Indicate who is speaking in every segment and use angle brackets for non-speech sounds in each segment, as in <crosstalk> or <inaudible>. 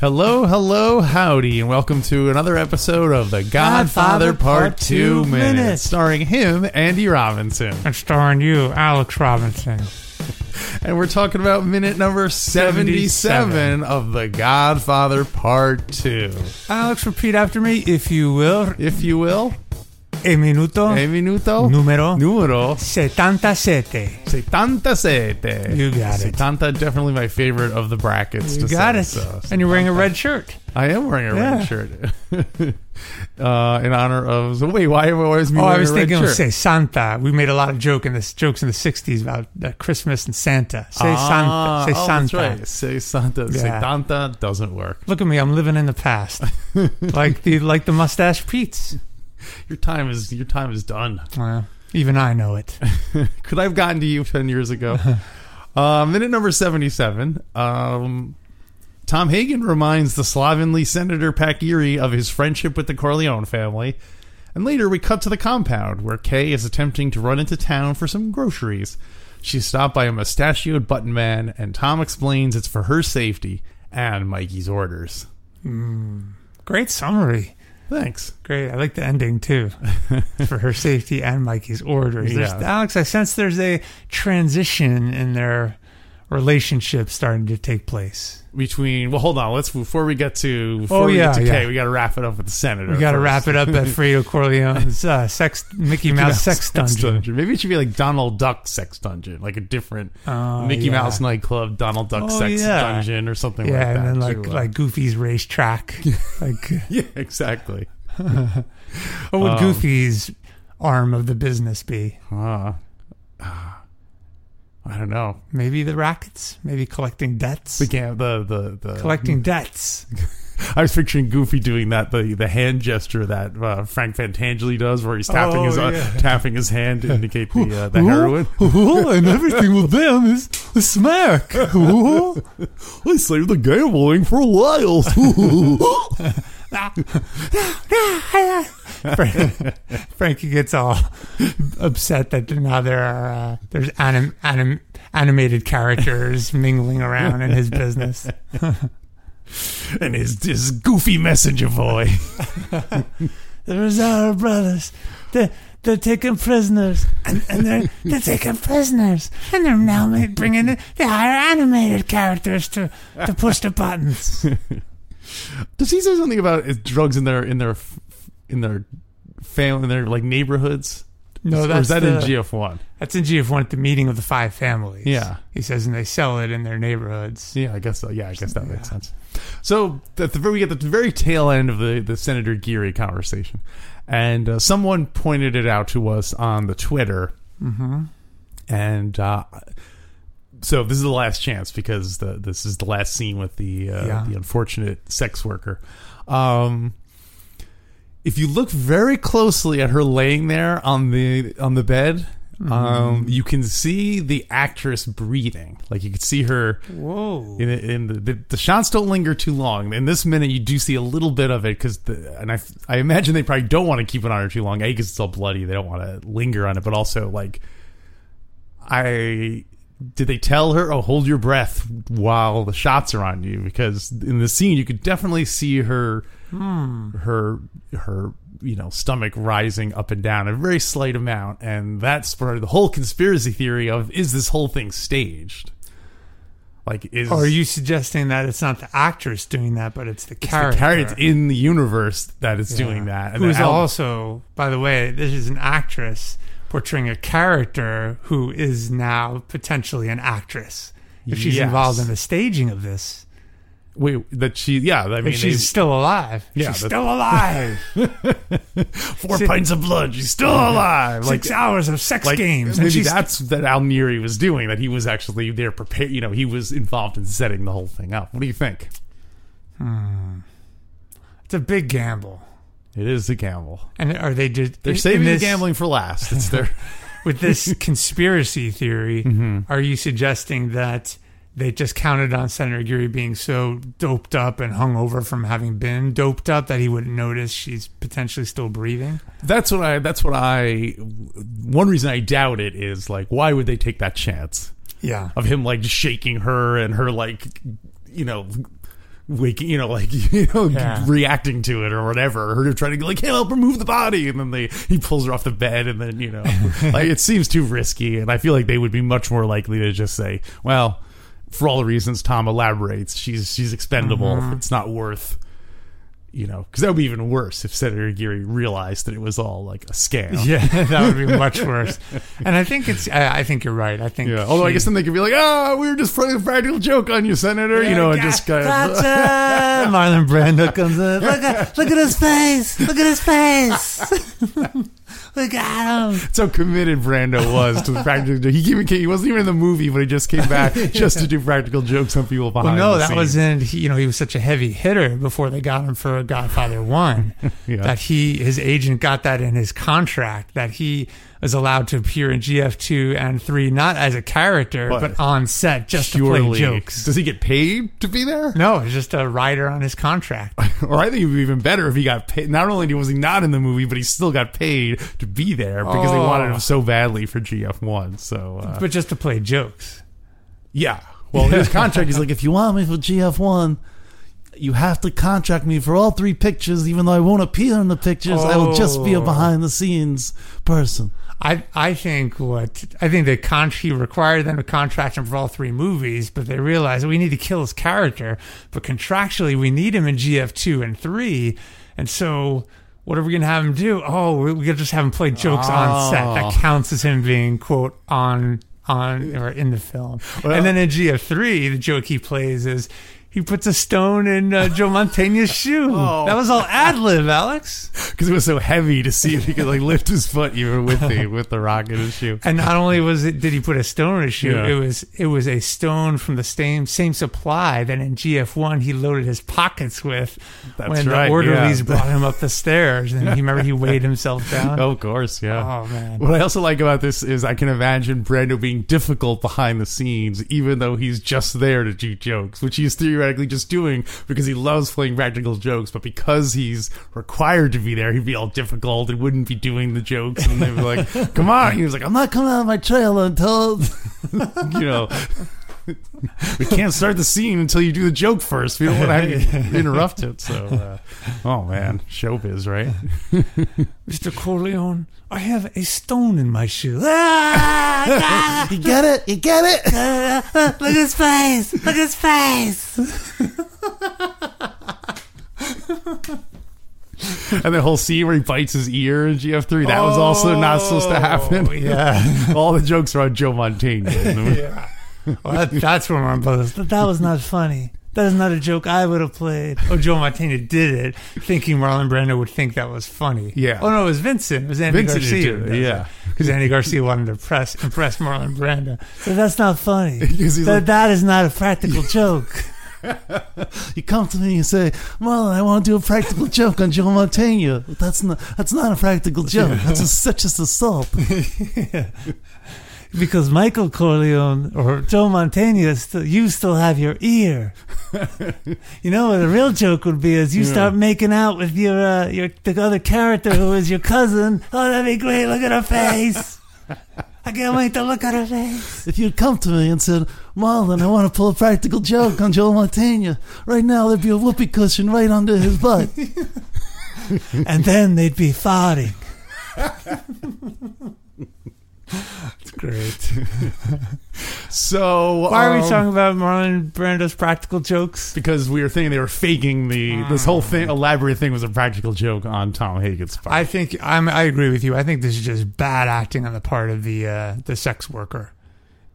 Speaker 1: Hello, hello, howdy, and welcome to another episode of The Godfather,
Speaker 2: Godfather
Speaker 1: Part
Speaker 2: Part
Speaker 1: 2
Speaker 2: Two
Speaker 1: Minute,
Speaker 2: Minute.
Speaker 1: starring him, Andy Robinson.
Speaker 2: and starring you, Alex Robinson.
Speaker 1: And we're talking about minute number 77,
Speaker 2: 77.
Speaker 1: of The Godfather Part 2.
Speaker 2: Alex, repeat after me, if you will.
Speaker 1: If you will,
Speaker 2: E minuto
Speaker 1: a minuto
Speaker 2: numero
Speaker 1: numero
Speaker 2: 77.
Speaker 1: 77.
Speaker 2: You got it.
Speaker 1: 70, definitely my favorite of the brackets. to
Speaker 2: You got
Speaker 1: say,
Speaker 2: it.
Speaker 1: so.
Speaker 2: And you're wearing a red shirt.
Speaker 1: I am wearing a
Speaker 2: Yeah.
Speaker 1: red shirt <laughs> uh, in honor of. So wait, why am I always me
Speaker 2: Oh,
Speaker 1: wearing
Speaker 2: I was
Speaker 1: a red
Speaker 2: thinking
Speaker 1: shirt?
Speaker 2: of say Santa. We made a lot of joke in this jokes in the '60s about uh, Christmas and Santa. Say
Speaker 1: Ah,
Speaker 2: Santa. Say
Speaker 1: oh,
Speaker 2: Santa.
Speaker 1: That's right. Say Santa. Say
Speaker 2: Yeah.
Speaker 1: Santa doesn't work.
Speaker 2: Look at me, I'm living in
Speaker 1: <laughs>
Speaker 2: the past, like the like the mustache Pete's.
Speaker 1: Your time is your time is done. <laughs>
Speaker 2: Well, even I know it.
Speaker 1: Could I have gotten to you ten years
Speaker 2: <laughs>
Speaker 1: ago? uh, minute number seventy-seven. Um, Tom Hagen reminds the slovenly Senator Pakiri of his friendship with the Corleone family. And later we cut to the compound where Kay is attempting to run into town for some groceries. She's stopped by a mustachioed button man, and Tom explains it's for her safety and Mikey's orders.
Speaker 2: Great summary.
Speaker 1: Thanks.
Speaker 2: Great. I like the
Speaker 1: <laughs>
Speaker 2: ending too, for her safety and Mikey's orders. There's,
Speaker 1: Yeah.
Speaker 2: Alex, I sense there's a transition in their relationship starting to take place.
Speaker 1: between well hold on let's before we get to before
Speaker 2: Oh,
Speaker 1: we
Speaker 2: yeah,
Speaker 1: get to Kay,
Speaker 2: yeah.
Speaker 1: we got to wrap it up with the senator
Speaker 2: We got to
Speaker 1: first. <laughs>
Speaker 2: wrap it up at Fredo Corleone's uh, sex Mickey
Speaker 1: Mickey
Speaker 2: Mouse sex dungeon.
Speaker 1: maybe it should be like Donald Duck sex dungeon like a different
Speaker 2: Oh,
Speaker 1: Mickey
Speaker 2: yeah.
Speaker 1: Mouse nightclub Donald Duck
Speaker 2: Oh,
Speaker 1: sex
Speaker 2: yeah.
Speaker 1: dungeon or something
Speaker 2: Yeah,
Speaker 1: like that
Speaker 2: and then
Speaker 1: too,
Speaker 2: like
Speaker 1: uh,
Speaker 2: like Goofy's racetrack. like,
Speaker 1: <laughs> yeah exactly
Speaker 2: what would
Speaker 1: Um,
Speaker 2: Goofy's arm of the business be?
Speaker 1: uh, ah, I don't know
Speaker 2: Maybe the rackets. Maybe collecting debts.
Speaker 1: the ga- the the, the
Speaker 2: collecting debts.
Speaker 1: I was picturing Goofy doing that the the hand gesture that uh, Frank Fantangeli does where he's tapping
Speaker 2: Oh,
Speaker 1: his uh,
Speaker 2: yeah.
Speaker 1: tapping his hand to indicate the
Speaker 2: <laughs>
Speaker 1: uh, the
Speaker 2: Ooh,
Speaker 1: heroin
Speaker 2: ooh,
Speaker 1: <laughs>
Speaker 2: and everything with them is a smack. Ooh.
Speaker 1: I saved the gambling for a while. <laughs>
Speaker 2: <laughs> Frank- Frankie gets all upset that now there are uh, there's anim, anim, animated characters mingling around in his business.
Speaker 1: and his, his goofy messenger boy.
Speaker 2: The Rosado brothers, they're, they're taking prisoners, and, and they're, they're taking prisoners, and they're now ma- bringing in, they hire animated characters to, to push the buttons.
Speaker 1: <laughs> Does he say something about is drugs in their in their f- in their family in their like neighborhoods?
Speaker 2: No,
Speaker 1: Or
Speaker 2: that's
Speaker 1: is that in
Speaker 2: the-
Speaker 1: GF one.
Speaker 2: That's in GF1 at the meeting of the five families.
Speaker 1: Yeah.
Speaker 2: He says, and they sell it in their neighborhoods.
Speaker 1: Yeah, I guess so. Yeah, I guess that makes sense. So at the very, we get the very tail end of the the Senator Geary conversation, and uh, someone pointed it out to us on the Twitter, mm-hmm. and. Uh, so this is the last chance because the, this is the last scene with the uh,
Speaker 2: Yeah.
Speaker 1: the unfortunate sex worker. Um, if you look very closely at her laying there on the on the bed, um, you can see the actress breathing. Like you can see her
Speaker 2: Whoa.
Speaker 1: in, in the, the the shots don't linger too long. In this minute, you do see a little bit of it because, and I I imagine they probably don't want to keep it on her too long. A because it's all bloody, they don't want to linger on it. But also, like, I did they tell her, oh, hold your breath while the shots are on you because in the scene you could definitely see her her her you know stomach rising up and down a very slight amount, and that's spurred the whole conspiracy theory of is this whole thing staged. Like is
Speaker 2: Or are you suggesting that it's not the actress doing that, but it's the character?
Speaker 1: the character in the universe that is
Speaker 2: Yeah.
Speaker 1: doing that.
Speaker 2: Who's
Speaker 1: then Al-
Speaker 2: also, by the way, this is an actress portraying a character who is now potentially an actress. If she's
Speaker 1: Yes.
Speaker 2: involved in the staging of this,
Speaker 1: wait that she yeah I
Speaker 2: if
Speaker 1: mean
Speaker 2: she's
Speaker 1: she's
Speaker 2: still alive,
Speaker 1: Yeah,
Speaker 2: she's
Speaker 1: that's- <laughs>
Speaker 2: still alive.
Speaker 1: four pints of blood she's still alive Uh, like
Speaker 2: Six hours of sex
Speaker 1: like
Speaker 2: <laughs> games. and
Speaker 1: maybe
Speaker 2: she's
Speaker 1: that's that Almieri was doing that he was actually there prepared you know he was involved in setting the whole thing up. What do you think?
Speaker 2: it's a big gamble.
Speaker 1: It is the gamble.
Speaker 2: And are they just
Speaker 1: They're
Speaker 2: in-
Speaker 1: saving
Speaker 2: in
Speaker 1: the
Speaker 2: this- <laughs>
Speaker 1: gambling for last. It's their <laughs>
Speaker 2: with this conspiracy theory,
Speaker 1: Mm-hmm.
Speaker 2: are you suggesting that they just counted on Senator Geary being so doped up and hungover from having been doped up that he wouldn't notice she's potentially still breathing?
Speaker 1: That's what I. That's what I. One reason I doubt it is like, why would they take that chance
Speaker 2: Yeah.
Speaker 1: of him like shaking her and her like, you know, waking, you know, like <laughs> you know,
Speaker 2: Yeah.
Speaker 1: reacting to it or whatever, or trying to be like help remove the body, and then they he pulls her off the bed, and then you
Speaker 2: <laughs>
Speaker 1: know, like it seems too risky, and I feel like they would be much more likely to just say, well, for all the reasons Tom elaborates, she's she's expendable.
Speaker 2: Mm-hmm.
Speaker 1: It's not worth. You know, because that would be even worse if Senator Geary realized that it was all like a scam.
Speaker 2: <laughs> Yeah, that would be much worse. And I think it's. I, I think you're right. I think.
Speaker 1: Yeah. Although I
Speaker 2: she-
Speaker 1: guess then they could be like, ah, we were just playing a practical joke on you, Senator. you know, and just kind of.
Speaker 2: <laughs> Gotcha! Marlon Brando comes in. Look at look at his face. Look at his face. <laughs> look at him.
Speaker 1: That's how committed
Speaker 2: <laughs>
Speaker 1: Brando was to the practical joke. He even came, he wasn't even in the movie, but he just came
Speaker 2: <laughs>
Speaker 1: back just to do practical jokes on people
Speaker 2: Well,
Speaker 1: behind.
Speaker 2: no,
Speaker 1: the
Speaker 2: that
Speaker 1: scenes.
Speaker 2: wasn't. He, you know, he was such a heavy hitter before they got him for Godfather One
Speaker 1: <laughs> Yeah.
Speaker 2: that he his agent got that in his contract that he was allowed to appear in GF two and three not as a character
Speaker 1: But
Speaker 2: but, on set just to play
Speaker 1: purely
Speaker 2: jokes.
Speaker 1: Does he get paid to be there? <laughs>
Speaker 2: No, it's just a rider on his contract.
Speaker 1: Or I think it would be even better if he got paid. Not only was he not in the movie, but he still got paid to be there because they
Speaker 2: Oh.
Speaker 1: wanted him so badly for GF1. So, uh,
Speaker 2: but just to play jokes.
Speaker 1: Yeah. Well, his contract is like, if you want me for GF1, you have to contract me for all three pictures, even though I won't appear in the pictures. I will just be a
Speaker 2: Oh.
Speaker 1: behind the scenes person.
Speaker 2: I I think what I think the con he required them to contract him for all three movies, but they realized we need to kill his character, but contractually we need him in GF two and three, and so what are we gonna have him do? Oh, we're gonna just have him play jokes on set. That counts as him being quote on on or in the film. and then in GF three, the joke he plays is. He puts a stone in uh, Joe Montaigne's shoe. That was all ad lib, Alex.
Speaker 1: Because it was so heavy to see if he could like lift his foot even with the with the rock in his shoe.
Speaker 2: And not only was it did he put a stone in his shoe,
Speaker 1: Yeah.
Speaker 2: it was it was a stone from the same same supply that in GF one he loaded his pockets with
Speaker 1: That's
Speaker 2: when
Speaker 1: right,
Speaker 2: the orderlies
Speaker 1: yeah.
Speaker 2: <laughs> brought him up the stairs. And he remember he weighed himself
Speaker 1: <laughs>
Speaker 2: down.
Speaker 1: Of course, yeah.
Speaker 2: Oh, man.
Speaker 1: What I also like about this is I can imagine Brando being difficult behind the scenes, even though he's just there to do jokes, which he's theoretically just doing because he loves playing practical jokes. But because he's required to be there, he'd be all difficult and wouldn't be doing the jokes. And they'd be
Speaker 2: <laughs>
Speaker 1: like, "Come on!" He was like, "I'm not coming out of my trailer until you know." <laughs> we can't start the scene until you do the joke first. We don't want to have you interrupt it. So, uh, oh man, showbiz, right?
Speaker 2: Mr. Corleone, I have a stone in my shoe. <laughs> Ah,
Speaker 1: <laughs> You get it? You get it?
Speaker 2: ah, ah, <laughs> look at his face. Look at his face.
Speaker 1: and the whole scene where he bites his ear in GF3, that was also not supposed to happen. <laughs>
Speaker 2: Oh, yeah.
Speaker 1: All the jokes are on Joe Montaigne.
Speaker 2: <laughs> yeah. Well, that, that's where my brother's. That, that was not funny. That is not a joke I would have played. Oh, Joe Montana did it, thinking Marlon Brando would think that was funny.
Speaker 1: Yeah.
Speaker 2: Oh no, it was Vincent. It was Andy
Speaker 1: Vincent who
Speaker 2: Garcia.
Speaker 1: did it,
Speaker 2: who does
Speaker 1: yeah.
Speaker 2: Because Andy Garcia wanted to press impress Marlon Brando. So that's not <laughs> funny.
Speaker 1: <laughs> 'Cause he's
Speaker 2: that,
Speaker 1: like-
Speaker 2: that is not a <laughs> practical joke.
Speaker 1: You come to me and say, Marlon, I want to do a practical joke on Joe Montaigne. That's not that's not a practical joke. That's a, such as assault.
Speaker 2: Because Michael Corleone or Joe Montana, is still, you still have your <laughs> ear. you know what a real joke would be is you start making out with your uh, your the other character who is your <laughs> cousin. Oh, that'd be great! Look at her <laughs> face. I can't wait to look at her face.
Speaker 1: If you'd come to me and said, Marlon, I want to pull a practical joke on Joe Montaigne, right now there'd be a whoopee cushion right under his <laughs> butt.
Speaker 2: And then they'd be farting. It's great.
Speaker 1: <laughs> So um,
Speaker 2: Why are we talking about Marlon Brando's practical jokes?
Speaker 1: because we were thinking they were faking the this
Speaker 2: Ah.
Speaker 1: whole thing elaborate thing was a practical joke on Tom Hagen's part.
Speaker 2: I think I'm, I agree with you. I think this is just bad acting on the part of the uh, the sex worker.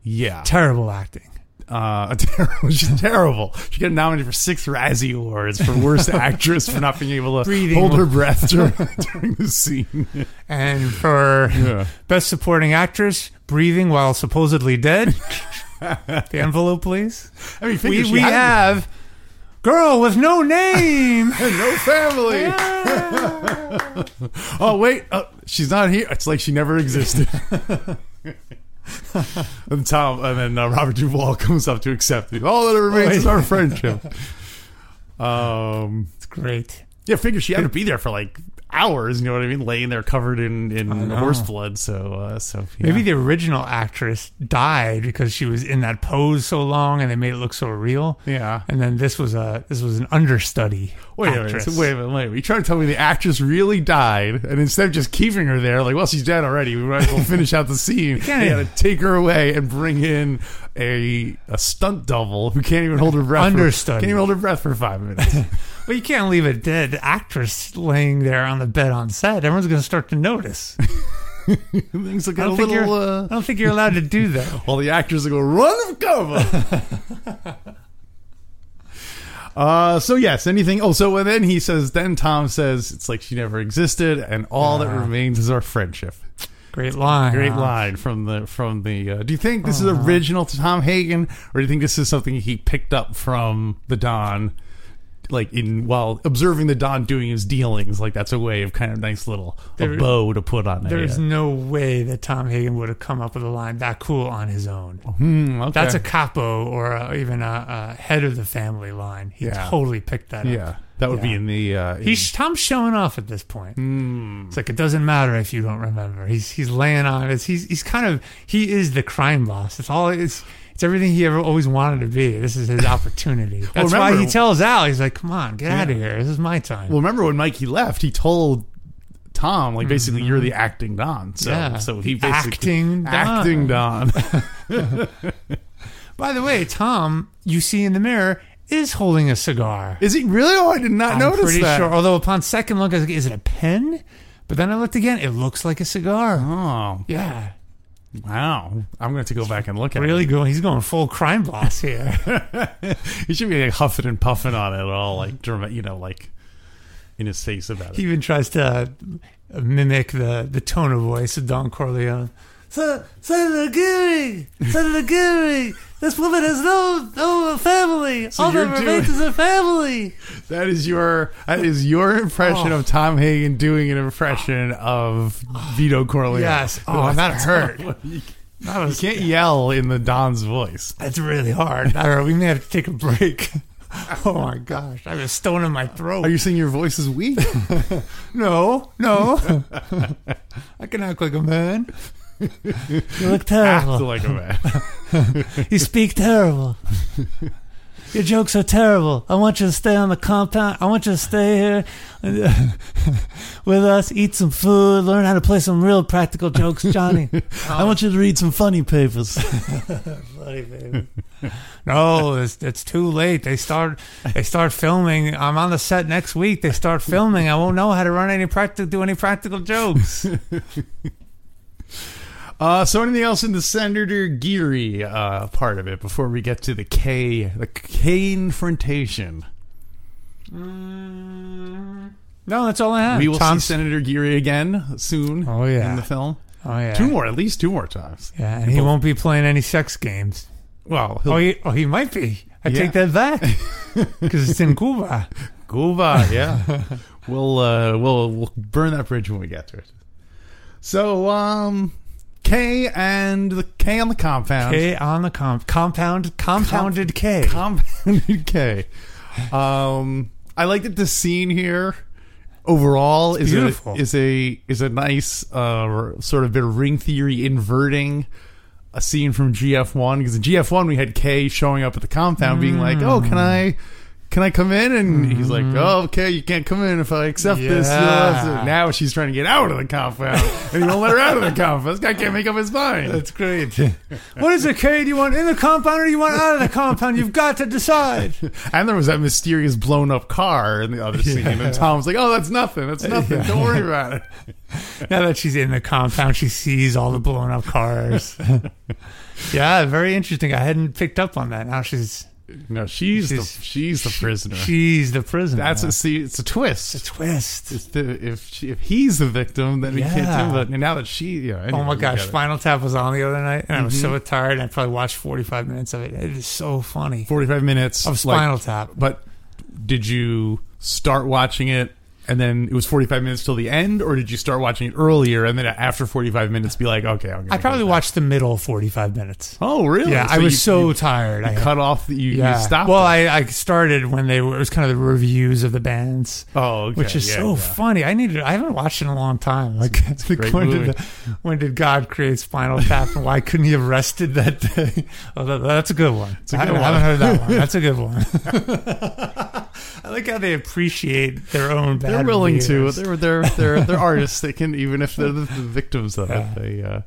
Speaker 1: yeah,
Speaker 2: Terrible acting.
Speaker 1: uh, <laughs> terrible. She's terrible. She got nominated for six Razzie Awards for
Speaker 2: <laughs>
Speaker 1: worst actress for not being able to
Speaker 2: Breathing.
Speaker 1: hold her breath during,
Speaker 2: <laughs>
Speaker 1: during the scene.
Speaker 2: And for
Speaker 1: Yeah.
Speaker 2: best supporting actress, breathing
Speaker 1: <laughs>
Speaker 2: while supposedly dead. the envelope, please.
Speaker 1: I mean,
Speaker 2: We,
Speaker 1: figure she
Speaker 2: we
Speaker 1: had-
Speaker 2: have Girl with no
Speaker 1: <laughs>
Speaker 2: name.
Speaker 1: And no family. oh wait, uh, she's not here. It's like she never existed. <laughs> and Tom, and then uh, Robert Duvall <laughs> comes up to accept it. All that remains is our friendship. Um,
Speaker 2: it's great.
Speaker 1: yeah, figure she had to be there for like hours. You know what I mean? Laying there covered in in
Speaker 2: know.
Speaker 1: horse blood. So, uh, so yeah.
Speaker 2: Maybe the original actress died because she was in that pose so long, and they made it look so real.
Speaker 1: yeah.
Speaker 2: And then this was a this was an understudy.
Speaker 1: Wait a minute.
Speaker 2: actress.
Speaker 1: so Wait a minute. Wait a minute. You trying to tell me the actress really died, and instead of just keeping her there, like, well, she's dead already. We might as well finish out the
Speaker 2: <laughs>
Speaker 1: scene.
Speaker 2: Yeah.
Speaker 1: They had to take her away and bring in a a stunt double who can't even hold her breath.
Speaker 2: Understudy.
Speaker 1: For, can't even hold her breath for five
Speaker 2: <laughs>
Speaker 1: minutes.
Speaker 2: But you can't leave a dead actress laying there on the bed on set. Everyone's going to start to notice.
Speaker 1: <laughs> Things will
Speaker 2: I
Speaker 1: get a
Speaker 2: don't, think
Speaker 1: little.
Speaker 2: you're,
Speaker 1: Uh,
Speaker 2: I don't think you're allowed to do
Speaker 1: <laughs>
Speaker 2: that.
Speaker 1: all the actors will go run for cover.
Speaker 2: <laughs>
Speaker 1: Uh, so yes, anything. Oh, so and then he says, then Tom says, it's like she never existed, and all that remains is our friendship.
Speaker 2: Great line.
Speaker 1: Great
Speaker 2: huh?
Speaker 1: line from the from the. Uh, do you think
Speaker 2: Oh,
Speaker 1: this is original to Tom Hagen, or do you think this is something he picked up from the Don, like in while observing the Don doing his dealings? Like that's a way of kind of nice little
Speaker 2: There-
Speaker 1: a bow to put on
Speaker 2: There is
Speaker 1: it.
Speaker 2: no way that Tom Hagen would have come up with a line that cool on his own.
Speaker 1: Hmm, okay.
Speaker 2: That's a capo or uh even a, a head of the family line. He
Speaker 1: Yeah.
Speaker 2: totally picked that up.
Speaker 1: yeah. That would be
Speaker 2: Yeah.
Speaker 1: in the. Uh, in-
Speaker 2: He's Tom's showing off at this point.
Speaker 1: Hmm.
Speaker 2: It's like it doesn't matter if you don't remember. He's he's laying on it. He's he's kind of he is the crime boss. It's all it's it's everything he ever always wanted to be.
Speaker 1: <laughs>
Speaker 2: This is his opportunity. That's why
Speaker 1: remember-
Speaker 2: he tells Al. He's like, "Come on, get out
Speaker 1: Yeah.
Speaker 2: of here. This is my time."
Speaker 1: Well, remember when Mikey left? He told Tom, like, basically, you're the acting Don. So,
Speaker 2: Mm-hmm. Yeah.
Speaker 1: so he
Speaker 2: The
Speaker 1: basically
Speaker 2: acting Don.
Speaker 1: <laughs> acting Don.
Speaker 2: By the way, Tom, you see in the mirror, is holding a cigar.
Speaker 1: Is he really? Oh, I did not
Speaker 2: I'm
Speaker 1: notice
Speaker 2: pretty
Speaker 1: that.
Speaker 2: sure. Although upon second look, I was like, is it a pen? But then I looked again. It looks like a cigar.
Speaker 1: Oh,
Speaker 2: Yeah,
Speaker 1: wow! I'm going to have to go back and look at it.
Speaker 2: really going. He's going full crime boss here.
Speaker 1: He should be like huffing and puffing on it all, like drama, you know, like in his face about
Speaker 2: he
Speaker 1: it.
Speaker 2: even tries to uh, mimic the the tone of voice of Don Corleone. Son son of a Gary, son of a Gary, this woman has no no family.
Speaker 1: So you're doing-
Speaker 2: a family.
Speaker 1: That is your that is your impression
Speaker 2: Oh.
Speaker 1: of Tom Hagen doing an impression of Vito Corleone.
Speaker 2: Yes. Oh, that hurt.
Speaker 1: you
Speaker 2: That was
Speaker 1: can't yell in the Don's voice.
Speaker 2: That's really hard. All right, we may have to take a break. <laughs> Oh my gosh, I have a stone in my throat.
Speaker 1: Are you saying your voice is weak?
Speaker 2: no, <laughs> no. I can act like a man. You look
Speaker 1: <laughs> Act like a man.
Speaker 2: You speak terrible. Your jokes are terrible. I want you to stay on the compound. I want you to stay here <laughs> with us, eat some food, learn how to play some real practical
Speaker 1: <laughs>
Speaker 2: jokes, Johnny. I want you to read some funny papers. funny papers. No, it's, it's too late. They start they start filming. I'm on the set next week. They start filming. I won't know how to run any practical do any
Speaker 1: <laughs>
Speaker 2: practical jokes.
Speaker 1: <laughs> Uh, so anything else in the Senator Geary uh, part of it before we get to the K the K confrontation?
Speaker 2: No, that's all I have.
Speaker 1: We will
Speaker 2: Tom-
Speaker 1: see Senator Geary again soon
Speaker 2: Oh, yeah.
Speaker 1: in the film.
Speaker 2: Oh yeah.
Speaker 1: Two more, at least two more times.
Speaker 2: Yeah, and he won't be playing any sex games.
Speaker 1: Well, he'll
Speaker 2: Oh, he, oh, he might be. I
Speaker 1: Yeah.
Speaker 2: take
Speaker 1: <laughs>
Speaker 2: that back because it's in Cuba.
Speaker 1: Cuba, yeah. <laughs> we'll uh, we'll we'll burn that bridge when we get to it. So, um, K and the K on the compound,
Speaker 2: K on the comp, compound, compounded K.
Speaker 1: <laughs> compounded K. Um, I like that this scene here overall is
Speaker 2: beautiful.
Speaker 1: a, is a is a nice uh, sort of bit of ring theory inverting a scene from GF1 because in GF1 we had K showing up at the compound being like, "Oh, can I can I come in?" and he's like, "Oh, okay, you can't come in if I accept this."
Speaker 2: Mm-hmm. Yeah.
Speaker 1: So now she's trying to get out of the compound and he won't let her out of the compound. This guy can't make up his mind.
Speaker 2: That's great. what is a K? Do you want in the compound or do you want out of the compound? You've got
Speaker 1: <laughs>
Speaker 2: to decide.
Speaker 1: And there was that mysterious blown up car in the other scene. And Tom's like, oh, that's nothing. That's nothing. Don't worry about it.
Speaker 2: Now that she's in the compound, she sees all the blown
Speaker 1: <laughs>
Speaker 2: up cars. yeah, very interesting. I hadn't picked up on that. Now she's
Speaker 1: No, she's,
Speaker 2: She's-
Speaker 1: the she's the prisoner.
Speaker 2: she's the prisoner.
Speaker 1: that's
Speaker 2: now.
Speaker 1: a see, it's a
Speaker 2: It's
Speaker 1: twist.
Speaker 2: a twist.
Speaker 1: It's the, if she, if he's the victim, then we can't
Speaker 2: Yeah.
Speaker 1: do it. And now that she, yeah. anyway,
Speaker 2: Oh my
Speaker 1: we
Speaker 2: gosh,
Speaker 1: get it. Mm-hmm.
Speaker 2: Final Tap was on the other night, and I was so tired. And I probably watched 45 minutes of it. It is so funny.
Speaker 1: forty-five minutes
Speaker 2: Of
Speaker 1: like,
Speaker 2: Spinal Tap.
Speaker 1: but did you start watching it and then it was 45 minutes till the end, or did you start watching it earlier and then after 45 minutes be like, okay, I'm gonna
Speaker 2: I
Speaker 1: go
Speaker 2: probably
Speaker 1: back.
Speaker 2: watched the middle 45 minutes.
Speaker 1: Oh, really?
Speaker 2: Yeah, I
Speaker 1: you-
Speaker 2: was so
Speaker 1: you
Speaker 2: tired. I
Speaker 1: cut off. The, you, you
Speaker 2: yeah.
Speaker 1: stopped.
Speaker 2: Well,
Speaker 1: it.
Speaker 2: I, I started when they were, it was kind of the reviews of the bands.
Speaker 1: oh, okay,
Speaker 2: Which is
Speaker 1: yeah,
Speaker 2: so
Speaker 1: yeah.
Speaker 2: funny. I needed. I haven't watched it in a long time. Like, like,
Speaker 1: great
Speaker 2: when,
Speaker 1: movie.
Speaker 2: did the, when did God create Spinal Tap, and why couldn't he have rested that day? <laughs> Oh, that, that's a good one.
Speaker 1: a
Speaker 2: I,
Speaker 1: good one.
Speaker 2: I haven't heard
Speaker 1: <laughs>
Speaker 2: that one. That's a good one. <laughs> I like how they appreciate their own. Bad
Speaker 1: They're willing to.
Speaker 2: reviews.
Speaker 1: They're they're they're <laughs> they're artists. They can even if <laughs> they're the, the victims of
Speaker 2: Yeah.
Speaker 1: it. They uh,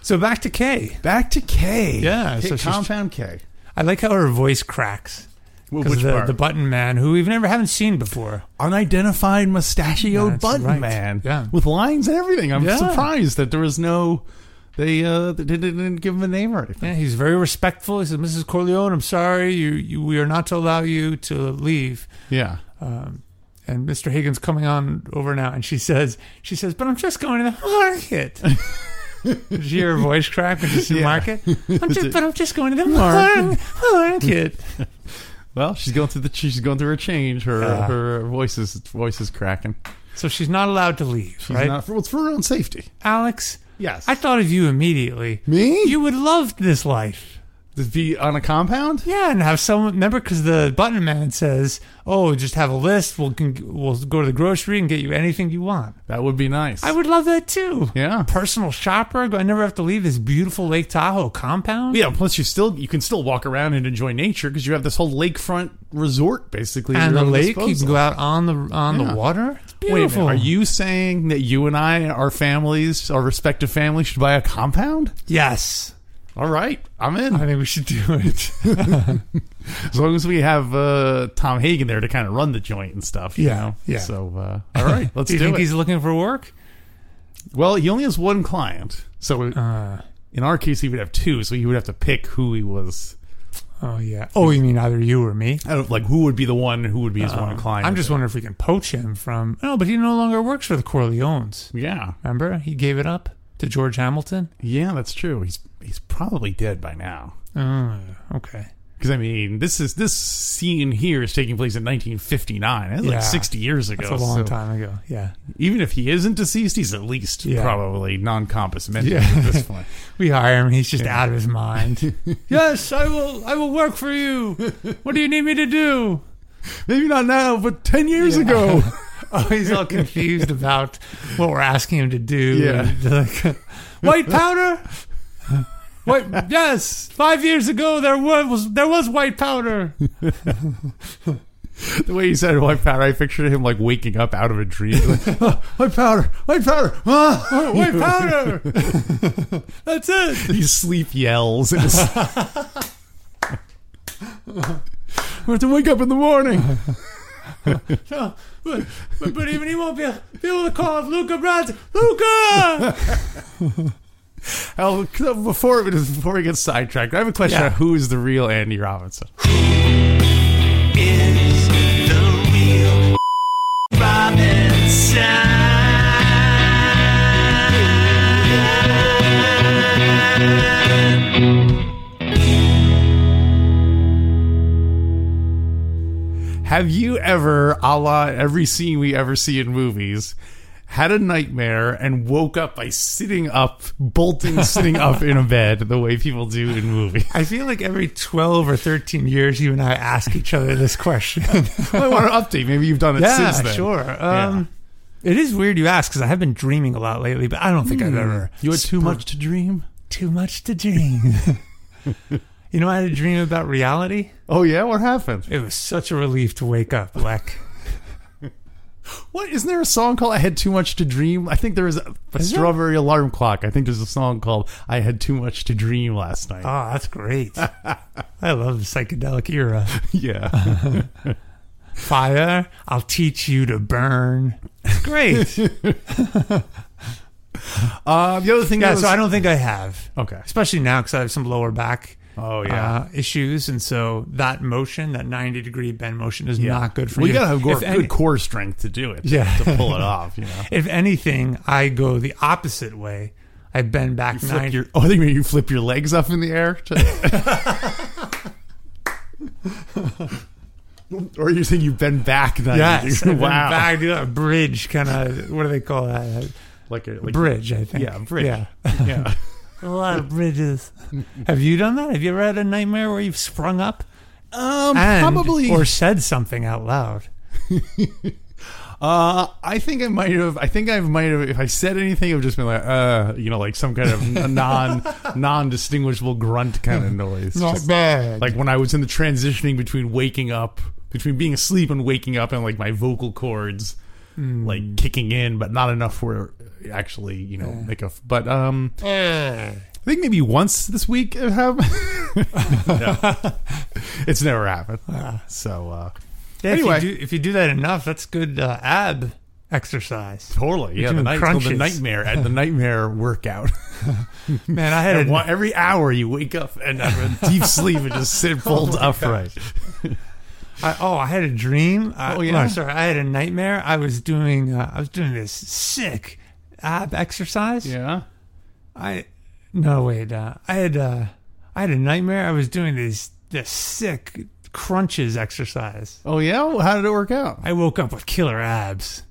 Speaker 2: So back to Kay.
Speaker 1: back to K.
Speaker 2: Yeah,
Speaker 1: K-
Speaker 2: so she's-
Speaker 1: compound K.
Speaker 2: I like how her voice cracks.
Speaker 1: Well,
Speaker 2: 'Cause
Speaker 1: which
Speaker 2: the,
Speaker 1: part?
Speaker 2: the button man, who we've never haven't seen before.
Speaker 1: unidentified mustachioed
Speaker 2: That's
Speaker 1: button
Speaker 2: right.
Speaker 1: man
Speaker 2: Yeah.
Speaker 1: with lines and everything. I'm
Speaker 2: Yeah.
Speaker 1: surprised that there was no they uh they didn't, didn't give him a name or anything.
Speaker 2: Yeah, he's very respectful. He says, "Mrs. Corleone, I'm sorry. You, you we are not to allow you to leave."
Speaker 1: <laughs> Yeah.
Speaker 2: um, and Mr. Higgins coming on over now, and she says, she says, but I'm just going to
Speaker 1: <laughs>
Speaker 2: the market. Did you hear her voice crack when she said
Speaker 1: Yeah.
Speaker 2: market? I'm just,
Speaker 1: it.
Speaker 2: but I'm just
Speaker 1: <laughs>
Speaker 2: going to the market. market.
Speaker 1: Well, she's going through the she's going through her change. Her
Speaker 2: Yeah.
Speaker 1: her uh, voice is voice is cracking.
Speaker 2: So she's not allowed to leave,
Speaker 1: She's
Speaker 2: right?
Speaker 1: not for, well, it's for her own safety.
Speaker 2: Alex,
Speaker 1: Yes.
Speaker 2: I thought of you immediately.
Speaker 1: Me?
Speaker 2: You would love this life.
Speaker 1: to be on a compound?
Speaker 2: Yeah, and have someone remember because the button man says, "Oh, just have a list. We'll can, we'll go to the grocery and get you anything you want."
Speaker 1: That would be nice.
Speaker 2: I would love that too.
Speaker 1: yeah.
Speaker 2: personal shopper. I never have to leave this beautiful Lake Tahoe compound.
Speaker 1: Yeah, plus you still you can still walk around and enjoy nature because you have this whole lakefront resort basically. at
Speaker 2: and
Speaker 1: your
Speaker 2: the
Speaker 1: own
Speaker 2: lake, you
Speaker 1: disposal.
Speaker 2: can go out on the on
Speaker 1: Yeah.
Speaker 2: the water. It's
Speaker 1: Wait a
Speaker 2: beautiful.
Speaker 1: minute, are you saying that you and I, our families, our respective families, should buy a compound?
Speaker 2: Yes,
Speaker 1: All right, I'm
Speaker 2: I
Speaker 1: in.
Speaker 2: think we should do it.
Speaker 1: As long as we have uh, Tom Hagen there to kind of run the joint and stuff. you
Speaker 2: Yeah,
Speaker 1: know?
Speaker 2: yeah.
Speaker 1: So, uh, all
Speaker 2: <laughs>
Speaker 1: right, let's
Speaker 2: <laughs> do you
Speaker 1: do
Speaker 2: think
Speaker 1: it.
Speaker 2: he's looking for work?
Speaker 1: well, he only has one client, so
Speaker 2: Uh,
Speaker 1: in our case, he would have two. So he would have to pick who he was.
Speaker 2: oh yeah. Oh, you mean either you or me?
Speaker 1: I don't like who would be the one who would be his one
Speaker 2: Um,
Speaker 1: client.
Speaker 2: I'm just wondering if we can poach him from. Oh, but he no longer works for the Corleones.
Speaker 1: yeah,
Speaker 2: Remember, he gave it up to George Hamilton.
Speaker 1: yeah, that's true. He's he's probably dead by now.
Speaker 2: Oh, okay.
Speaker 1: Because I mean, this is this scene here is taking place in 1959. That's
Speaker 2: Yeah.
Speaker 1: like 60 years ago.
Speaker 2: That's a long
Speaker 1: so
Speaker 2: time ago. Yeah,
Speaker 1: Even if he isn't deceased, he's at least
Speaker 2: Yeah.
Speaker 1: probably non-compass mentis
Speaker 2: Yeah.
Speaker 1: at this
Speaker 2: <laughs>
Speaker 1: point.
Speaker 2: we hire him. He's just out of his
Speaker 1: <laughs>
Speaker 2: mind. yes, I will. I will work for you. What do you need me to do?
Speaker 1: Maybe not now, but 10 years
Speaker 2: Yeah.
Speaker 1: ago.
Speaker 2: <laughs> Oh, he's all confused about what we're asking him to do.
Speaker 1: Yeah.
Speaker 2: And <laughs> like, white powder. White, yes, five years ago there was there was white powder.
Speaker 1: the way he said white powder, I pictured him like waking up out of a dream.
Speaker 2: <laughs>
Speaker 1: Like, "Ah, white powder, white powder. ah."
Speaker 2: White powder.
Speaker 1: <laughs>
Speaker 2: That's it.
Speaker 1: These sleep
Speaker 2: <laughs>
Speaker 1: yells. <laughs> It was- we have to wake up in the morning.
Speaker 2: No, but, but, but even he won't be, be able to call up Luca Brad. Luca.
Speaker 1: I'll, before, before we get sidetracked, I have a question
Speaker 2: Yeah.
Speaker 1: on who is the real Andy Robinson.
Speaker 3: is the real Robinson.
Speaker 1: Have you ever, a la every scene we ever see in movies, had a nightmare and woke up by sitting up,
Speaker 2: <laughs>
Speaker 1: bolting, sitting up in a bed the way people do in movies? <laughs>
Speaker 2: I feel like every twelve or thirteen years, you and I ask each other this
Speaker 1: <laughs>
Speaker 2: question.
Speaker 1: I want an update. Maybe you've done it
Speaker 2: yeah,
Speaker 1: since then.
Speaker 2: sure. Um, It is weird you ask because I have been dreaming a lot lately, but I don't think I've ever
Speaker 1: Hmm. You had too much to dream?
Speaker 2: too much
Speaker 1: <laughs>
Speaker 2: to dream. you know, I had a dream about reality.
Speaker 1: Oh, yeah? What happened?
Speaker 2: It was such a relief to wake up, Leck.
Speaker 1: <laughs> What? Isn't there a song called I Had Too Much to Dream? I think there is a, a
Speaker 2: Is there?
Speaker 1: Strawberry Alarm Clock. I think there's a song called I Had Too Much to Dream last night.
Speaker 2: Oh, that's great. I love the psychedelic era.
Speaker 1: <laughs> yeah.
Speaker 2: Fire, I'll teach you to burn.
Speaker 1: <laughs>
Speaker 2: It's great.
Speaker 1: uh, the other thing that
Speaker 2: yeah,
Speaker 1: was.
Speaker 2: so I don't think I have,
Speaker 1: okay.
Speaker 2: especially now because I have some lower back
Speaker 1: Oh, yeah.
Speaker 2: uh, issues, and so that motion, that ninety degree bend motion, is not good for
Speaker 1: we
Speaker 2: you.
Speaker 1: gotta have
Speaker 2: If
Speaker 1: good,
Speaker 2: any-
Speaker 1: good core strength to do it. to-
Speaker 2: Yeah.
Speaker 1: to pull it off. You know,
Speaker 2: If anything, I go the opposite way. I bend back
Speaker 1: flip
Speaker 2: <laughs> nine.
Speaker 1: your. Oh, you mean you flip your legs up in the air? To, <laughs> Or you're saying you've been back then? <laughs>
Speaker 2: <laughs> Yes.
Speaker 1: wow.
Speaker 2: I've been Back to a bridge kind of. What do they call that?
Speaker 1: Like a like,
Speaker 2: bridge, I think.
Speaker 1: Yeah, bridge.
Speaker 2: Yeah. <laughs>
Speaker 1: Yeah.
Speaker 2: A lot of bridges. Have you done that? Have you ever had a nightmare where you've sprung up
Speaker 1: Um,
Speaker 2: and
Speaker 1: probably.
Speaker 2: or said something out loud?
Speaker 1: uh, I think I might have. I think I might have. If I said anything, I've just been like, uh, you know, like some kind of <laughs> non non distinguishable grunt kind of noise. Just-
Speaker 2: bad.
Speaker 1: like when I was in the transitioning between waking up, between being asleep and waking up, and like my vocal cords like kicking in, but not enough where it actually you know make a. f- But um, I think maybe once this week it happened. <laughs> No. it's never happened. So uh,
Speaker 2: Yeah,
Speaker 1: Anyway.
Speaker 2: if you, do, if you do that enough, that's good uh, ab exercise.
Speaker 1: totally, yeah. The
Speaker 2: doing
Speaker 1: night, it's called the
Speaker 2: crunches.
Speaker 1: nightmare at the nightmare <laughs> workout.
Speaker 2: Man, I had
Speaker 1: And
Speaker 2: a,
Speaker 1: one- every hour you wake up and have a deep sleep and just <laughs> sit bolt upright.
Speaker 2: I, oh, I had a dream. I,
Speaker 1: Oh, yeah?
Speaker 2: no, sorry, I had a nightmare. I was doing uh, I was doing this sick ab exercise.
Speaker 1: Yeah.
Speaker 2: I no wait. Uh, I had uh, I had a nightmare. I was doing this this sick crunches exercise.
Speaker 1: Oh yeah. Well, How did it work out?
Speaker 2: I woke up with killer abs.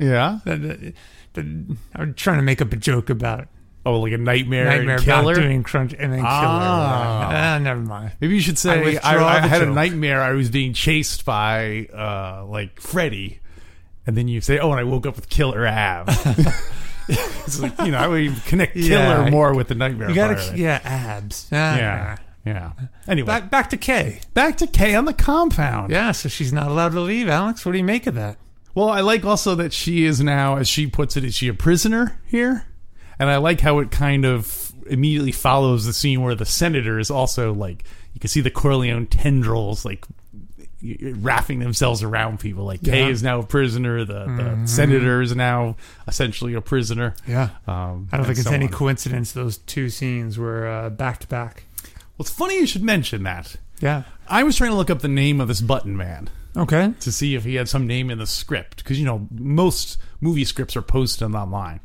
Speaker 1: Yeah.
Speaker 2: That, that, that- I'm trying to make up a joke about
Speaker 1: Oh, like a nightmare,
Speaker 2: nightmare
Speaker 1: killer.
Speaker 2: about doing crunch and then killer.
Speaker 1: Ah.
Speaker 2: Ah, never mind.
Speaker 1: Maybe you should
Speaker 2: I
Speaker 1: say I,
Speaker 2: withdraw
Speaker 1: I
Speaker 2: the
Speaker 1: had a
Speaker 2: joke.
Speaker 1: nightmare. I was being chased by uh, like Freddy, and then you say, "Oh, and I woke up with Killer
Speaker 2: <laughs>
Speaker 1: Ab." it's like you know, I would connect killer
Speaker 2: Yeah.
Speaker 1: more with the nightmare.
Speaker 2: You gotta
Speaker 1: part of it.
Speaker 2: yeah abs. Ah.
Speaker 1: yeah, yeah. Anyway, back,
Speaker 2: Back back to K.
Speaker 1: to K on the compound.
Speaker 2: Yeah, so she's not allowed to leave, Alex. What do you make of that?
Speaker 1: Well, I like also that she is now, as she puts it, is she a prisoner here? And I like how it kind of immediately follows the scene where the senator is also like you can see the Corleone tendrils like wrapping themselves around people. Like Kay
Speaker 2: Yeah. Mm-hmm.
Speaker 1: is now a prisoner, the, the senator is now essentially a prisoner.
Speaker 2: Yeah.
Speaker 1: Um,
Speaker 2: I don't
Speaker 1: and
Speaker 2: think it's
Speaker 1: so
Speaker 2: any
Speaker 1: on.
Speaker 2: coincidence those two scenes were uh, back to back.
Speaker 1: Well, it's funny you should mention that.
Speaker 2: Yeah.
Speaker 1: I was trying to look up the name of this button man.
Speaker 2: Okay.
Speaker 1: to see if he had some name in the script because you know most movie scripts are posted online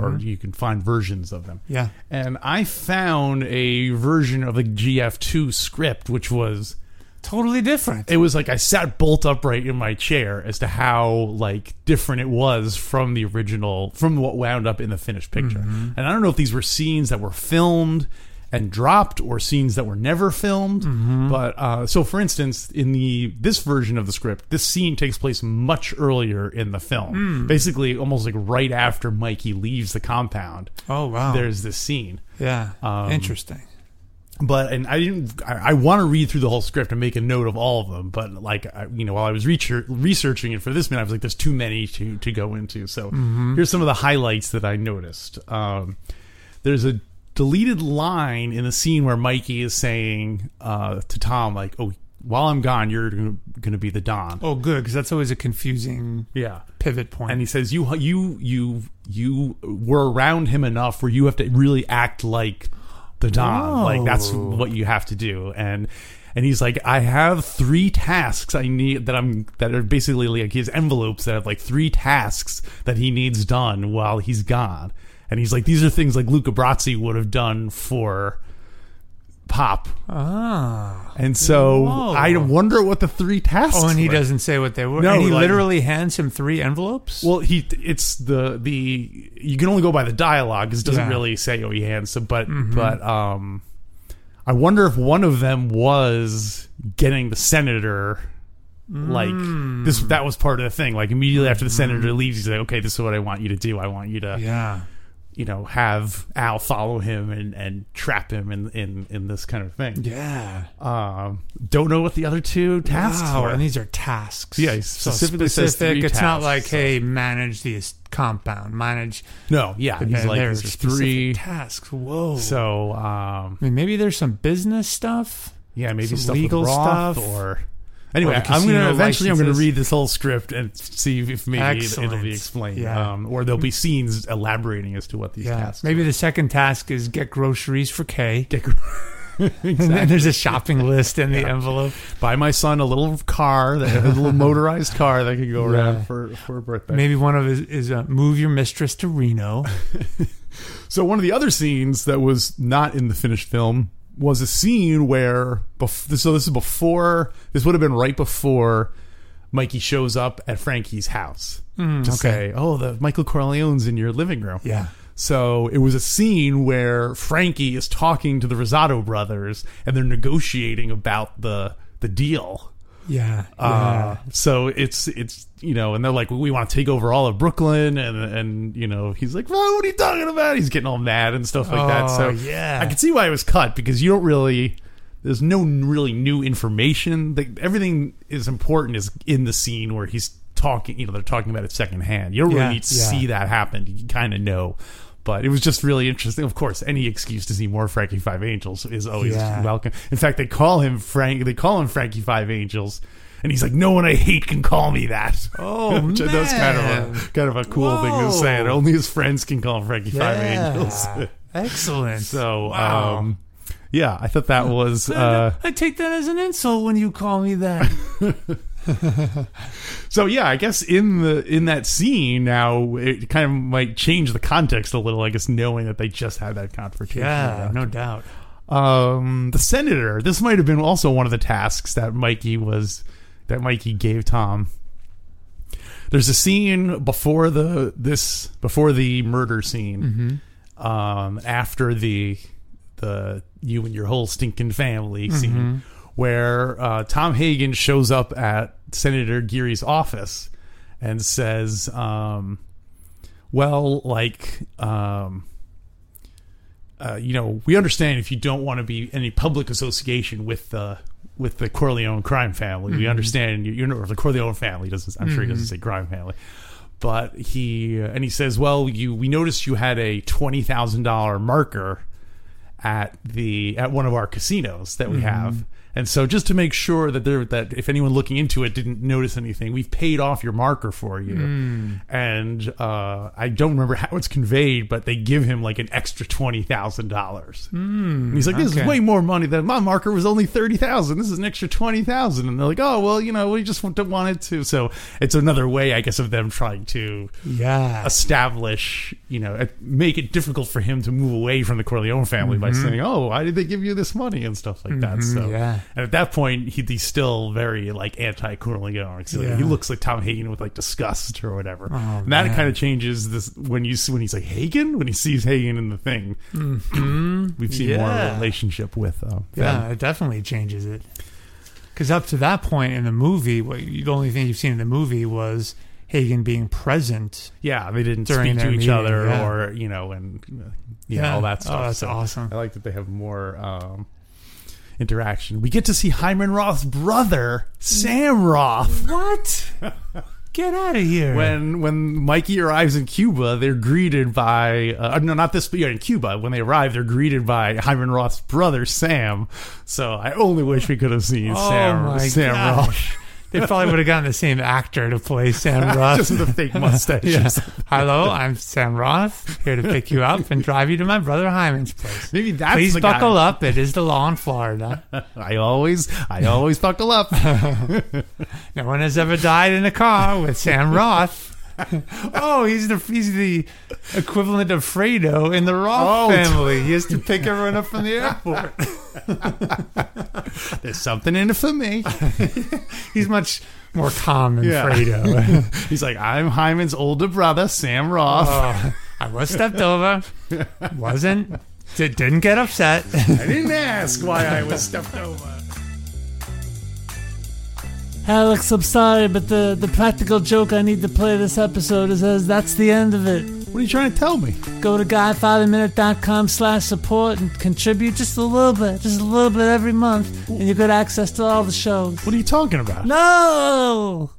Speaker 1: or you can find versions of them
Speaker 2: Yeah.
Speaker 1: and i found a version of the gf2 script which was
Speaker 2: Totally different.
Speaker 1: it was like i sat bolt upright in my chair as to how like different it was from the original from what wound up in the finished picture and i don't know if these were scenes that were filmed and dropped or scenes that were never filmed but uh, so for instance in the this version of the script this scene takes place much earlier in the film basically almost like right after mikey leaves the compound
Speaker 2: oh wow.
Speaker 1: there's this scene
Speaker 2: yeah.
Speaker 1: um,
Speaker 2: Interesting.
Speaker 1: but and I didn't. I, I want to read through the whole script and make a note of all of them. But like I, you know, while I was reacher researching it for this minute, I was like, "There's too many to to go into." So here's some of the highlights that I noticed. Um, there's a deleted line in the scene where Mikey is saying uh, to Tom, like, "Oh, while I'm gone, you're going to be the Don."
Speaker 2: Oh, good, because that's always a confusing
Speaker 1: Yeah.
Speaker 2: pivot point.
Speaker 1: And he says, "You you you you were around him enough where you have to really act like the Don.
Speaker 2: Whoa.
Speaker 1: Like that's what you have to do." And and he's like, "I have three tasks I need that I'm that are basically like his envelopes that have like three tasks that he needs done while he's gone." And he's like, "These are things like Luca Brasi would have done for." Pop,
Speaker 2: ah.
Speaker 1: and so
Speaker 2: Whoa.
Speaker 1: I wonder what the three tasks.
Speaker 2: Oh, and he
Speaker 1: were.
Speaker 2: doesn't say what they were.
Speaker 1: No,
Speaker 2: and he
Speaker 1: like-
Speaker 2: literally hands him three envelopes.
Speaker 1: Well, he it's the the you can only go by the dialogue 'cause it doesn't
Speaker 2: Yeah. Mm-hmm.
Speaker 1: really say oh he hands to but but um I wonder if one of them was getting the senator
Speaker 2: Mm.
Speaker 1: like this that was part of the thing like immediately after the senator leaves he's like okay this is what I want you to do I want you to
Speaker 2: Mm-hmm. yeah.
Speaker 1: you know have Al follow him and and trap him in in in this kind of thing
Speaker 2: Yeah.
Speaker 1: um don't know what the other two tasks
Speaker 2: wow.
Speaker 1: were
Speaker 2: And these are tasks.
Speaker 1: Yeah, he specifically says three
Speaker 2: It's not
Speaker 1: tasks,
Speaker 2: like,
Speaker 1: so-
Speaker 2: hey, manage the est- compound, manage.
Speaker 1: no yeah he's
Speaker 2: Yeah,
Speaker 1: like
Speaker 2: there are
Speaker 1: there's
Speaker 2: specific
Speaker 1: three
Speaker 2: tasks. Whoa.
Speaker 1: so um
Speaker 2: I mean, maybe there's some business stuff.
Speaker 1: Yeah, maybe
Speaker 2: Some
Speaker 1: stuff with
Speaker 2: legal
Speaker 1: Roth
Speaker 2: stuff.
Speaker 1: or anyway.
Speaker 2: Or the
Speaker 1: I'm gonna
Speaker 2: casino
Speaker 1: eventually I'm gonna
Speaker 2: licenses.
Speaker 1: read this whole script and see if maybe it,
Speaker 2: Excellent.
Speaker 1: will be explained,
Speaker 2: Yeah.
Speaker 1: um, or there'll be scenes elaborating as to what these
Speaker 2: Yeah.
Speaker 1: tasks.
Speaker 2: Maybe the second task is get groceries for K. <laughs>
Speaker 1: Get-
Speaker 2: And then
Speaker 1: exactly.
Speaker 2: there's a shopping list in the envelope.
Speaker 1: Buy my son a little car, that, a little motorized car that could go
Speaker 2: Yeah.
Speaker 1: around for for a birthday.
Speaker 2: Maybe one of is, is uh, move your mistress to Reno.
Speaker 1: So one of the other scenes that was not in the finished film was a scene where bef- so this is before this would have been right before Mikey shows up at Frankie's house. to say, oh, the Michael Corleone's in your living room.
Speaker 2: Yeah.
Speaker 1: So it was a scene where Frankie is talking to the Rosato brothers and they're negotiating about the the deal.
Speaker 2: <laughs> Yeah.
Speaker 1: Uh, so it's it's you know, and they're like, we want to take over all of Brooklyn, and and you know, he's like, well, what are you talking about? He's getting all mad and stuff like that.
Speaker 2: Oh,
Speaker 1: So
Speaker 2: yeah.
Speaker 1: I can see why it was cut because you don't really. There's no n- really new information. Like, everything is important is in the scene where he's talking. You know, they're talking about it secondhand. You don't
Speaker 2: Yeah,
Speaker 1: really need to
Speaker 2: yeah.
Speaker 1: see that happen. You kind of know. But it was just really interesting. Of course, any excuse to see more Frankie Five Angels is always
Speaker 2: Yeah.
Speaker 1: welcome. In fact, they call him Frank. They call him Frankie Five Angels, and he's like, "No one I hate can call me that."
Speaker 2: <laughs>
Speaker 1: <laughs>
Speaker 2: Oh,
Speaker 1: Which- that's kind of a, kind of a cool thing to say. And
Speaker 2: Whoa.
Speaker 1: only his friends can call him Frankie
Speaker 2: Yeah.
Speaker 1: Five Angels. <laughs>
Speaker 2: <laughs> Excellent.
Speaker 1: so,
Speaker 2: Wow.
Speaker 1: um, yeah, I thought that was. Uh,
Speaker 2: I take that as an insult when you call me that.
Speaker 1: So yeah, I guess in the in that scene now it kind of might change the context a little. I guess knowing that they just had that confrontation.
Speaker 2: <laughs> yeah, no doubt.
Speaker 1: Um, the senator. This might have been also one of the tasks that Mikey was that Mikey gave Tom. There's a scene before the this before the murder scene, um, after the the you and your whole stinking family scene, where uh, Tom Hagen shows up at Senator Geary's office and says, um, "Well, like." Um, uh, you know, we understand if you don't want to be any public association with the with the Corleone crime family. We understand you, you know the Corleone family doesn't. I'm sure he doesn't say crime family, but he uh, and he says, well, you we noticed you had a twenty thousand dollar marker at the at one of our casinos that we have. And so, just to make sure that there that if anyone looking into it didn't notice anything, we've paid off your marker for you. And uh, I don't remember how it's conveyed, but they give him like an extra twenty thousand dollars. And he's like, "This
Speaker 2: okay.
Speaker 1: is way more money than my marker was only thirty thousand. This is an extra twenty thousand. And they're like, "Oh well, you know, we just want- wanted to." So it's another way, I guess, of them trying to
Speaker 2: Yeah.
Speaker 1: establish, you know, at- make it difficult for him to move away from the Corleone family by saying, "Oh, why did they give you this money?" and stuff like that. So,
Speaker 2: Mm-hmm. yeah.
Speaker 1: and at that point, he, he's still very like anti Corleone. So, like,
Speaker 2: Yeah. Oh,
Speaker 1: He looks like Tom Hagen with like disgust or whatever. and
Speaker 2: man.
Speaker 1: that kind of changes this when you see- when he's like Hagen when he sees Hagen in the thing. We've seen more of a
Speaker 2: Mm-hmm. Yeah.
Speaker 1: relationship with um, them.
Speaker 2: Yeah, it definitely changes it. Because up to that point in the movie, what you, the only thing you've seen in the movie was Hagen being present.
Speaker 1: Yeah, they didn't speak
Speaker 2: During
Speaker 1: to
Speaker 2: their
Speaker 1: each
Speaker 2: meeting,
Speaker 1: other
Speaker 2: yeah.
Speaker 1: or you know, and uh, yeah,
Speaker 2: Yeah.
Speaker 1: all that
Speaker 2: Oh,
Speaker 1: stuff.
Speaker 2: that's awesome.
Speaker 1: I like that they have more um, interaction. We get to see Hyman Roth's brother, Sam Roth.
Speaker 2: What? Get out of here.
Speaker 1: When when Mikey arrives in Cuba, they're greeted by uh, no, not this, but yeah, in Cuba when they arrive, they're greeted by Hyman Roth's brother Sam. So I only wish we could have seen
Speaker 2: oh
Speaker 1: Sam
Speaker 2: my
Speaker 1: Sam
Speaker 2: gosh.
Speaker 1: Roth
Speaker 2: they probably would have gotten the same actor to
Speaker 1: <laughs>
Speaker 2: play Sam Roth.
Speaker 1: just with a
Speaker 2: <laughs>
Speaker 1: fake mustache. <laughs>
Speaker 2: Yeah. Hello, I'm Sam Roth, here to pick you up and drive you to my brother Hyman's place.
Speaker 1: Maybe that's
Speaker 2: Please
Speaker 1: the
Speaker 2: buckle
Speaker 1: guy.
Speaker 2: up. It is the law in Florida.
Speaker 1: I always I always buckle up.
Speaker 2: No one has ever died in a car with
Speaker 1: <laughs>
Speaker 2: Sam Roth. oh, he's the he's the equivalent of Fredo in the
Speaker 1: Oh,
Speaker 2: Roth family. He has to pick everyone
Speaker 1: <laughs>
Speaker 2: up from the airport.
Speaker 1: There's something in it for <laughs> me.
Speaker 2: He's much more calm than
Speaker 1: Yeah.
Speaker 2: Fredo.
Speaker 1: <laughs> He's like, I'm Hyman's older brother, Sam Roth.
Speaker 2: Oh, I was stepped over. Wasn't. Did, didn't get upset.
Speaker 1: I didn't ask why I was stepped over.
Speaker 4: Alex, I'm sorry, but the, the practical joke I need to play this episode is as that's the end of it.
Speaker 1: What are you trying to tell me?
Speaker 4: Go to guyfatherminute.com slash support and contribute just a little bit, just a little bit every month, and you get access to all the shows.
Speaker 1: What are you talking about?
Speaker 4: No!